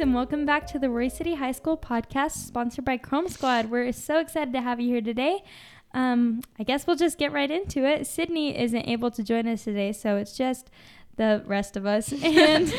and welcome back to the Roy City High School podcast sponsored by Chrome Squad. We're so excited to have you here today. Um, I guess we'll just get right into it. Sydney isn't able to join us today, so it's just the rest of us. And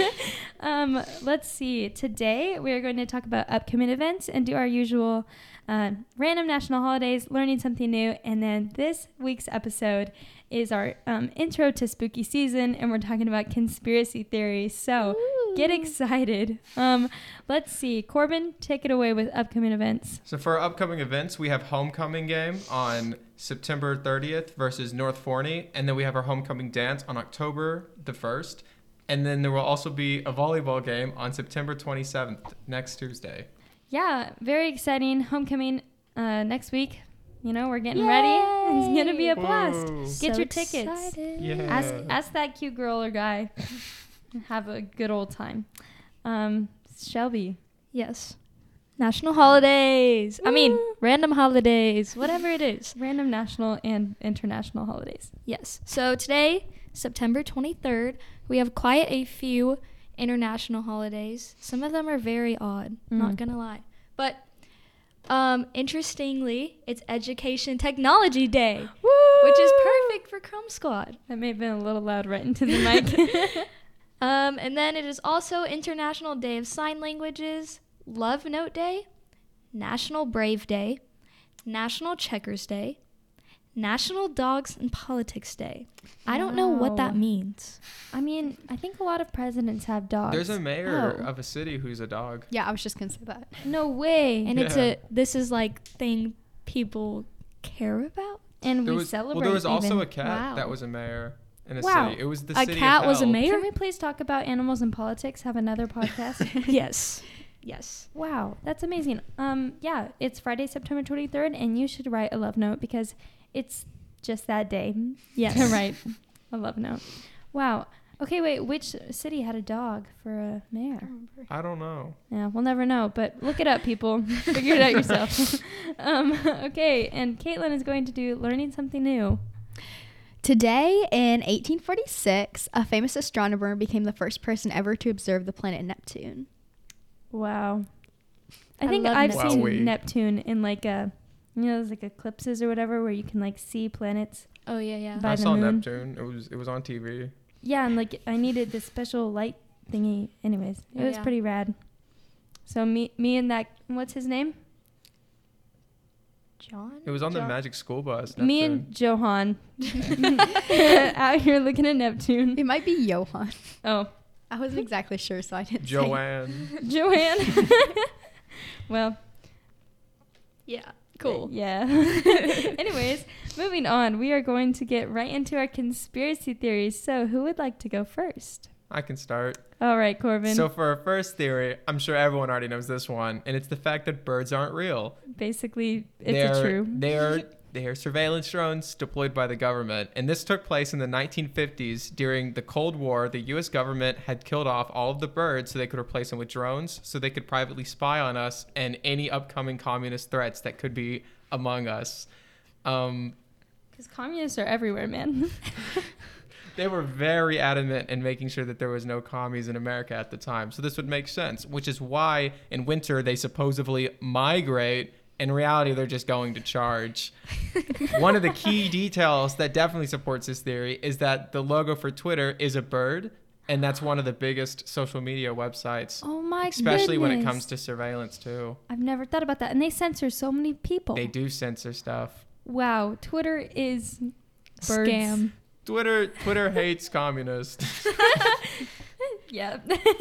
um, let's see. Today we are going to talk about upcoming events and do our usual uh, random national holidays, learning something new. And then this week's episode is our um, intro to spooky season, and we're talking about conspiracy theories. So get excited. Um, let's see. Corbin, take it away with upcoming events. So for our upcoming events, we have homecoming game on September 30th versus North Forney, and then we have our homecoming dance on October the 1st, and then there will also be a volleyball game on September 27th next Tuesday. Yeah, very exciting. Homecoming uh, next week. You know, we're getting ready. It's going to be a blast. Whoa. Get So your tickets. excited. Yeah. Ask, ask that cute girl or guy. and Have a good old time. Um, Shelby. Yes. National holidays. I mean, Woo. random holidays, whatever it is. Random national and international holidays. Yes. So today, September 23rd, we have quite a few international holidays. Some of them are very odd, Mm. not going to lie. But um, interestingly, it's Education Technology Day, Woo! which is perfect for Chrome Squad. That may have been a little loud right into the mic. Um, and then it is also International Day of Sign Languages, Love Note Day, National Brave Day, National Checkers Day, National Dogs and Politics Day. I don't know what that Wow. means. I mean, I think a lot of presidents have dogs. There's a mayor Oh. of a city who's a dog. Yeah, I was just gonna say that. no way. And And, it's a this is like thing people care about. There we was, celebrate. well, there was also even. a cat Wow. that was a mayor in a Wow. city. It was the A city. of cat was a hell. mayor? Can we please talk about animals and politics? Have another podcast. yes. Yes. wow, that's amazing. Um, yeah, it's Friday, September twenty third, and you should write a love note because it's just that day Yes. to write a love note. Wow. Okay, wait. Which city had a dog for a mayor? I don't know. Yeah, we'll never know, but look it up, people. Figure it out yourself. um, okay, and Caitlin is going to do learning something new. Today, in 1846, a famous astronomer became the first person ever to observe the planet Neptune. Wow. I I think love I've Neptune. seen Wowee. Neptune in like a, you know, those like eclipses or whatever where you can like see planets. Oh yeah, yeah. By I the saw moon. Neptune. It was it was on TV. Yeah, and like I needed this special light thingy. Anyways, it Oh, was yeah. pretty rad. So me, me and that, what's his name? John? It was on the John- Magic School Bus. Me Neptune. and Johan out here looking at Neptune. It might be Johan. Oh, I wasn't exactly sure, so I didn't. say. Joanne. Johan. well, Yeah. Cool. Yeah. Anyways, moving on, we are going to get right into our conspiracy theories. So, who would like to go first? I can start. All right, Corbin. So for our first theory, I'm sure everyone already knows this one, and it's the fact that birds aren't real. Basically, it's they're, a true. They're they're surveillance drones deployed by the government, and this took place in the 1950s during the Cold War. The U.S. government had killed off all of the birds so they could replace them with drones, so they could privately spy on us and any upcoming communist threats that could be among us. Um, Because communists are everywhere, man. they were very adamant in making sure that there was no commies in America at the time. So this would make sense, which is why in winter they supposedly migrate. In reality, they're just going to charge. One of the key details that definitely supports this theory is that the logo for Twitter is a bird, and that's one of the biggest social media websites, oh my especially when it comes to surveillance too. I've never thought about that. And they censor so many people. They do censor stuff. Wow, Twitter is birds. Scam. Twitter Twitter hates communists. Yeah.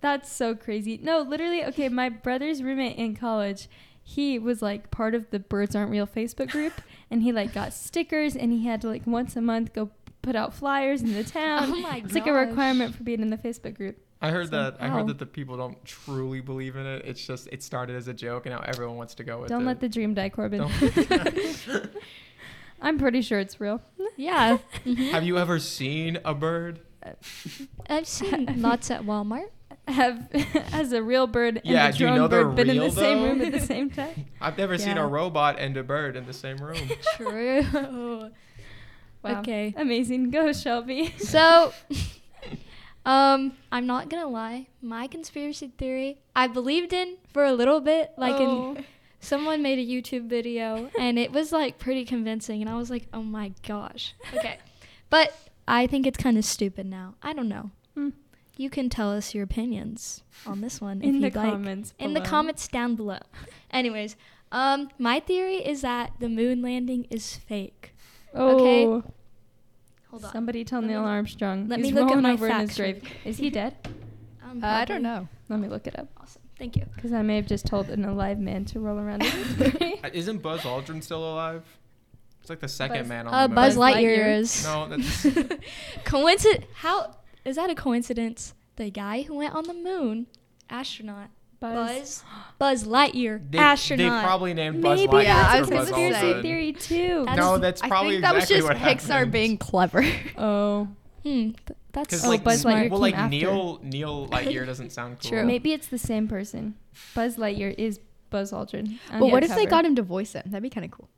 That's so crazy. No, literally, okay, my brother's roommate in college, he was like part of the Birds Aren't Real Facebook group and he like got stickers and he had to like once a month go put out flyers in the town. Oh my it's like a gosh. requirement for being in the Facebook group. I heard So, that. I wow. heard that the people don't truly believe in it. It's just it started as a joke, and now everyone wants to go with Don't it. let the dream die, Corbin. Don't- I'm pretty sure it's real. Yeah. Have you ever seen a bird? I've seen lots at Walmart. Have has a real bird and Yeah, a do you drone know they're bird been in the real, same though? room at the same time? I've never seen Yeah. a robot and a bird in the same room. True. Wow. Okay. Amazing. Go, Shelby. So, Um, I'm not gonna lie. My conspiracy theory, I believed in for a little bit. Like, Oh. in, someone made a YouTube video, and it was like pretty convincing, and I was like, oh my gosh. Okay, but I think it's kind of stupid now. I don't know. Hmm. You can tell us your opinions on this one if in the you'd like. comments. in the below. comments down below. Anyways, um, my theory is that the moon landing is fake. okay. Oh, Hold on. somebody tell Let me Neil look- Armstrong. let He's me look at rolling my over in his facts grave. really Is he dead? Um, Uh, I don't probably. know. Let me look it up Awesome. Thank you. because I may have just told an alive man to roll around. in his grave. Uh, Isn't Buzz Aldrin still alive? It's like the second Buzz- man on Uh, the Buzz moon. Light- Lightyear. Lightyear is. No, that's- coincidence. How is that a coincidence? The guy who went on the moon, astronaut. Buzz. Buzz Lightyear, They, astronaut. They probably named Buzz Maybe Lightyear Yeah, I after was It's a Buzz gonna conspiracy say. Aldrin. theory too. That's- No, that's I probably think that was exactly just what Pixar happened. being clever. Oh, Hmm, th- that's Because Oh, like, Buzz n- Lightyear well, came like after. Neil Neil Lightyear doesn't sound cool. True. maybe it's the same person. Buzz Lightyear is Buzz Aldrin. But what if they got him to voice it? That'd be kind of cool.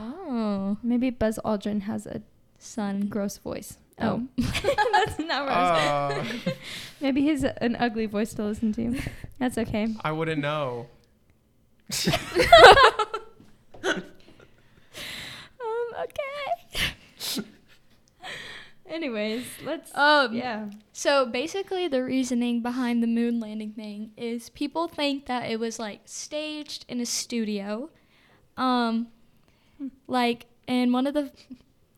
oh, Maybe Buzz Aldrin has a son. gross voice. Oh. Oh, that's not what I was. Uh, Maybe he's a- an ugly voice to listen to. That's okay. I wouldn't know. Um, okay. Anyways, let's. Um, yeah. So basically, the reasoning behind the moon landing thing is people think that it was like staged in a studio. Um, Hmm. like, and one of the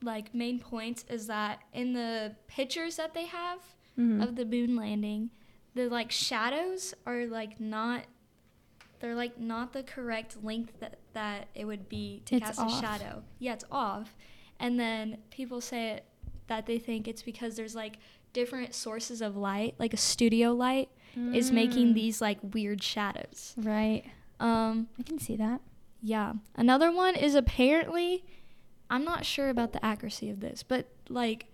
like main points is that in the pictures that they have Mhm. of the moon landing, the like shadows are like not. They're like not the correct length that, that it would be to It's cast a off. shadow. Yeah, it's off. And then people say it, that they think it's because there's like different sources of light, like a studio light, Uh, is making Mm. these like weird shadows. Right. Um, I can see that. yeah. Another one is apparently, I'm not sure about the accuracy of this, but like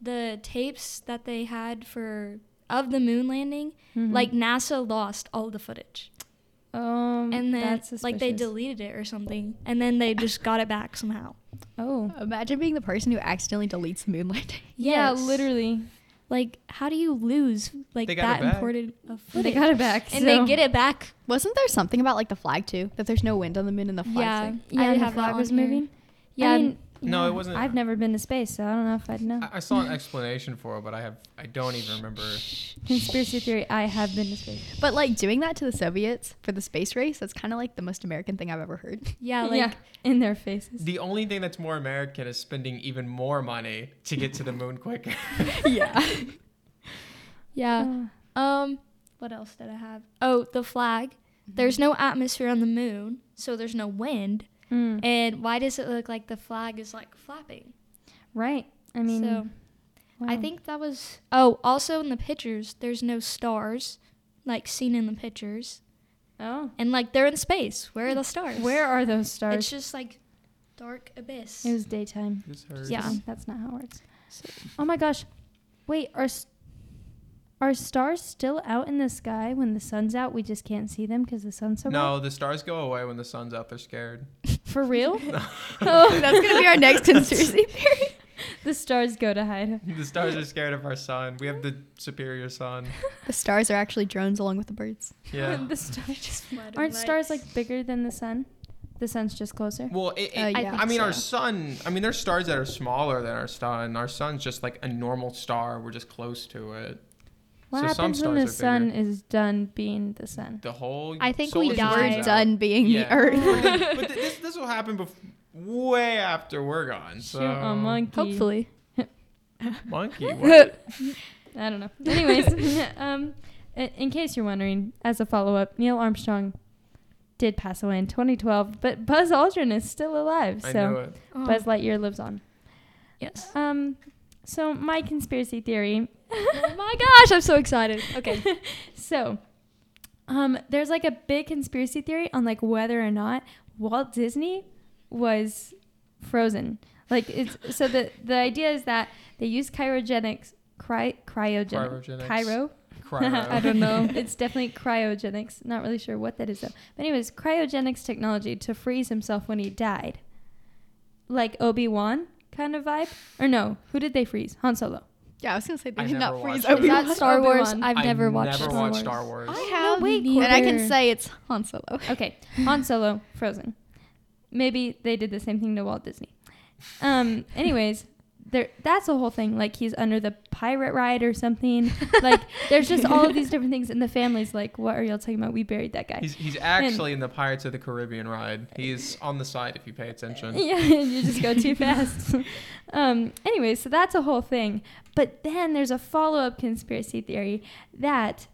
the tapes that they had for of the moon landing, Mm-hmm. like NASA lost all the footage, um, and then that's like they suspicious. deleted it or something, and then they just got it back somehow. Oh. Imagine being the person who accidentally deletes the moon landing. Yeah, Uh, Yes. literally. Like, how do you lose like They got that it back. important of They footage? got it back. and they so- get it back Wasn't there something about like the flag too? That there's no wind on the moon and the flag's Yeah. like Yeah, I and the have that flag on was here. moving. Yeah, I I'm- mean, No, it yeah, wasn't- I've never been to space, so I don't know if I'd know. I, I saw an explanation for it, but I have I don't even remember. Conspiracy theory. I have been to space. But like doing that to the Soviets for the space race, that's kind of like the most American thing I've ever heard. yeah, like in their faces. The only thing that's more American is spending even more money to get to the moon quicker. yeah. yeah. Ah. Um, what else did I have? Oh, the flag. There's no atmosphere on the moon, so there's no wind. Mm. And why does it look like the flag is like flapping? Right. I mean, so I wow. think that was. Oh, also in the pictures, there's no stars, like seen in the pictures. Oh, And like they're in space. Where are the stars? where are those It's stars? just like dark abyss. It was daytime. Yeah. Um, that's not how it works. Oh my gosh. Wait, are s- are stars still out in the sky when the sun's out? We just can't see them because the sun's so No, the stars go away when the sun's out. They're scared. bright. For real? Oh, that's gonna be our next conspiracy theory. the stars go to hide. The stars are scared of our sun. We have the superior sun. The stars are actually drones along with the birds. Yeah. the stars just Flooded aren't stars lights. like bigger than the sun? The sun's just closer. Well, it, it- Uh, I yeah. think I mean, our so. sun. I mean, there's stars that are smaller than our sun. Our sun's just like a normal star. We're just close to it. What so some happens when the stars are sun bigger. is done being the sun? The whole. I think solar we system's die. We're out. done being Yeah. the Earth. Oh. but th- this this will happen bef- way after we're gone. So Shoot a monkey. Hopefully. monkey. What? I don't know. Anyways, um, i- in case you're wondering, as a follow up, Neil Armstrong did pass away in 2012, but Buzz Aldrin is still alive. I so knew it. Oh, Buzz Lightyear lives on. yes. Um, so my conspiracy theory. oh my gosh, I'm so excited. Okay. So, um, there's like a big conspiracy theory on like whether or not Walt Disney was frozen. Like it's so the the idea is that they use cryogenics, cry cryogenic, Cryogenics. cryo. I Cryo. don't know. it's definitely cryogenics. Not really sure what that is though. But anyways, cryogenics technology to freeze himself when he died. Like Obi Wan kind of vibe, or no? Who did they freeze? Han Solo. Yeah, I was gonna say they I did not never freeze watched Is it. Obi that Wan. Obi-Wan. Star Wars? Obi-Wan. I've I never watched, never Star, watched Wars. Star Wars. I have way And I can neither. say it's Han Solo. Okay, Han Solo, Frozen. Maybe they did the same thing to Walt Disney. Um. Anyways, there. That's a whole thing. Like he's under the pirate ride or something. Like there's just all of these different things, and the family's like, "What are y'all talking about? We buried that guy." He's, he's actually in the Pirates of the Caribbean ride. He's on the side if you pay attention. yeah, you just go too fast. um, anyway, so that's a whole thing. But then there's a follow up conspiracy theory that,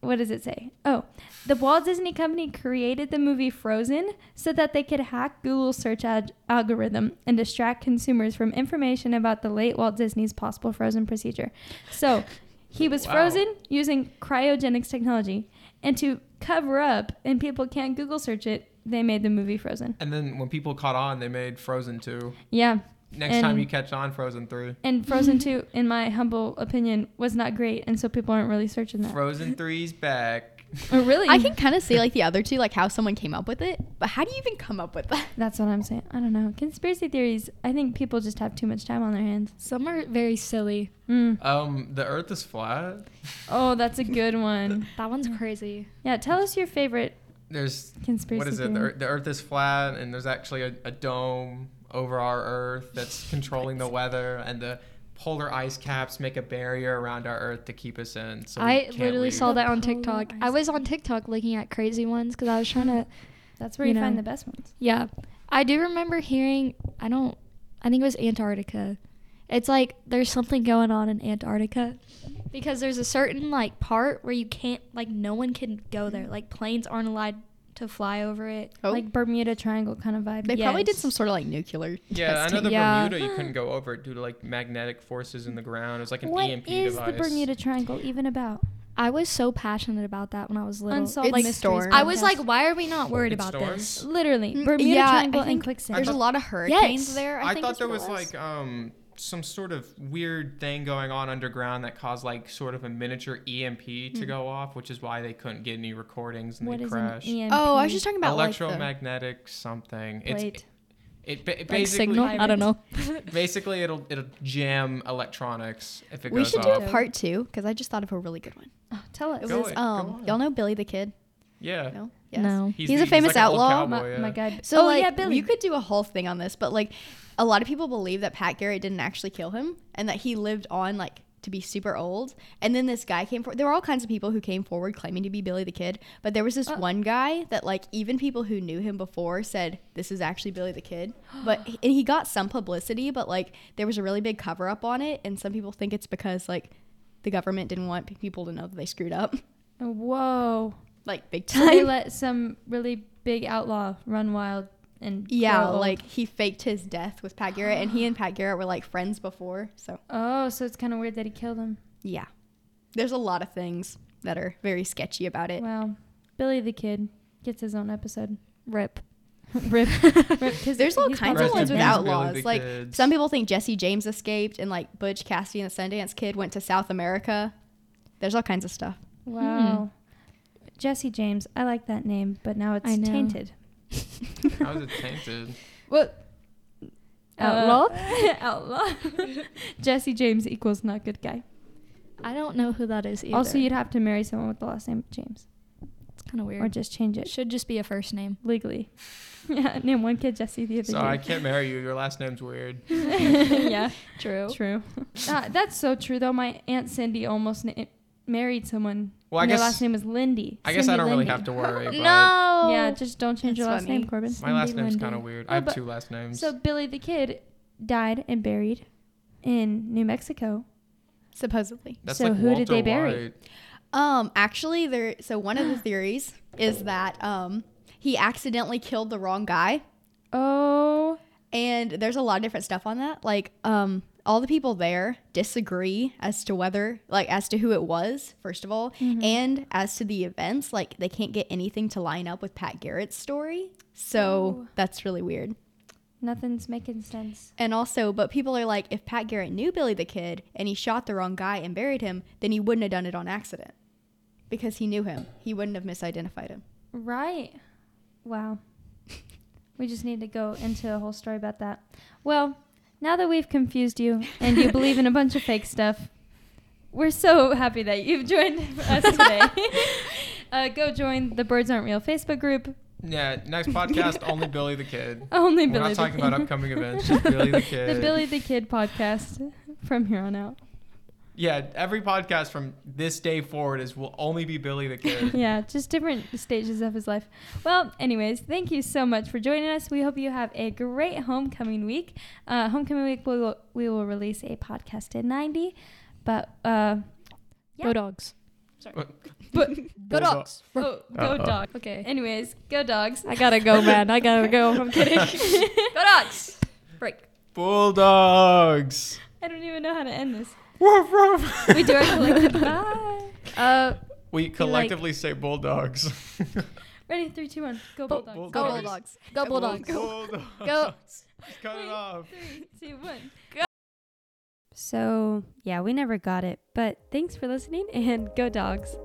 what does it say? Oh, the Walt Disney Company created the movie Frozen so that they could hack Google's search ad- algorithm and distract consumers from information about the late Walt Disney's possible frozen procedure. So he was Wow. frozen using cryogenics technology. And to cover up and people can't Google search it, they made the movie Frozen. And then when people caught on, they made Frozen 2. Yeah. Next And- time you catch on, Frozen 3. And Frozen 2, in my humble opinion, was not great. And so people aren't really searching that. Frozen 3's back. Oh, really? I can kind of see like the other two, like how someone came up with it, but how do you even come up with that? That's what I'm saying. I don't know. Conspiracy theories, I think people just have too much time on their hands. Some are very silly. Mm. Um, the Earth is flat. Oh, that's a good one. That one's crazy. Yeah, tell us your favorite There's conspiracy what is it? The, theory. Ear- the Earth is flat, and there's actually a, a dome over our Earth that's controlling the weather, and the polar ice caps make a barrier around our Earth to keep us in. So we I can't literally leave. saw that on The polar TikTok. ice I was on TikTok looking at crazy ones because I was trying to. That's where you, you find know. the best ones. Yeah, I do remember hearing. I don't. I think it was Antarctica. It's like there's something going on in Antarctica because there's a certain like part where you can't like no one can go there. Like planes aren't allowed to fly over it. Oh, Like Bermuda Triangle kind of vibe. they probably did yes. some sort of like nuclear. Yeah, I know testing. the Yeah. Bermuda you couldn't go over it due to like magnetic forces in the ground. It was like an What EMP is device. the Bermuda Triangle even about? I was so passionate about that when I was little. Unsolved It's mysteries. storm. I was podcast. like, why are we not worried It's about storms? this? literally Mm, Bermuda yeah, I Triangle and think quicksand. There's a thought- lot of hurricanes Yes. there. I, think thought is there what was, it like um some sort of weird thing going on underground that caused like sort of a miniature EMP to go off, which is why they couldn't get any recordings and what they E is crashed. an EMP? Oh, I was just talking about Like, Electromagnetic something. It's plate? it, ba- it Like basically signal? I don't know. basically it'll it'll jam electronics if it the, we goes should do off. a part two because I just thought of a really good one. Oh, tell us. It Go was ahead, go um, on. y'all know Billy the Kid? Yeah. No. Yes. No. He's, a famous like old outlaw. cowboy, my, yeah. my guy. So oh like, yeah, Billy. you could do a whole thing on this, but like, a lot of people believe that Pat Garrett didn't actually kill him and that he lived on like to be super old. And then this guy came forward. There were all kinds of people who came forward claiming to be Billy the Kid, but there was this Oh. one guy that like even people who knew him before said this is actually Billy the Kid. But and he got some publicity, but like there was a really big cover up on it, and some people think it's because like the government didn't want pe- people to know that they screwed up, Whoa. like big So they time. let some really big outlaw run wild and Yeah, grow old. like he faked his death with Pat Garrett, and he and Pat Garrett were like friends before. So oh, so it's kind of weird that he killed him. yeah, there's a lot of things that are very sketchy about it. Wow. Billy the Kid gets his own episode. Rip. Rip. Rip 'cause There's all he's kinds probably Rest of ones in with peace, dead. Billy outlaws. the Like Kid. some people think Jesse James escaped, and like Butch Cassidy and the Sundance Kid went to South America. There's all kinds of stuff. Wow. Hmm. Jesse James. I like that name, but now it's I know. tainted. How is it tainted? What? Uh, Outlaw? outlaw. Jesse James equals not good guy. I don't know who that is either. Also, you'd have to marry someone with the last name James, it's kind of weird. or just change it it should just be a first name. legally. yeah, name one kid Jesse, the other. So I James. can't marry you. Your last name's weird. yeah, True. true. Uh, that's so true, though. My aunt Cindy almost na- married someone. Well, I and guess- their last name was Lindy. I guess I Cindy don't really Lindy. have to worry. But No. Yeah, just don't change your That's last name, funny. Corbin. My last Cindy name's Lindy. kind of weird. No, I have but- two last names. So Billy the Kid died and buried in New Mexico. Supposedly, That's so like who did they Walter bury? White. um, actually, there. So one of the theories is that um, he accidentally killed the wrong guy. Oh, and there's a lot of different stuff on that like um all the people there disagree as to whether like as to who it was first of all and as to the events like they can't get anything to line up with pat garrett's story so that's really weird nothing's making sense. and also but people are like if pat garrett knew billy the kid and he shot the wrong guy and buried him then he wouldn't have done it on accident because he knew him he wouldn't have misidentified him Right. Wow. we just need to go into a whole story about that. Well, Now that we've confused you and you believe in a bunch of fake stuff, we're so happy that you've joined us today. uh, go join the Birds Aren't Real Facebook group. Yeah, next podcast only Billy the Kid. Only We're Billy. not the talking Kid. about upcoming events, just Billy the Kid. the Billy the Kid podcast from here on out. Yeah, every podcast from this day forward is will only be Billy the Kid. yeah, just different stages of his life. Well, anyways, thank you so much for joining us. We hope you have a great homecoming week. Uh, homecoming week, we will, we will release a podcast in 90. But uh, Yeah. Go dogs. Go dogs. oh, go Uh-oh. dogs. Okay. Anyways, go dogs. I gotta go, man. I gotta go. I'm kidding. Go dogs. Break. Bulldogs. I don't even know how to end this. Woof, woof. We do our collective bye. Uh, We collectively say bulldogs. Ready? Three, two, one. Go Bull- Bulldogs. go Go Bulldogs. bulldogs. Go bulldogs. Bulldogs. Go. Cut it off. Three, two, one. Go. So yeah, we never got it, but thanks for listening and go dogs.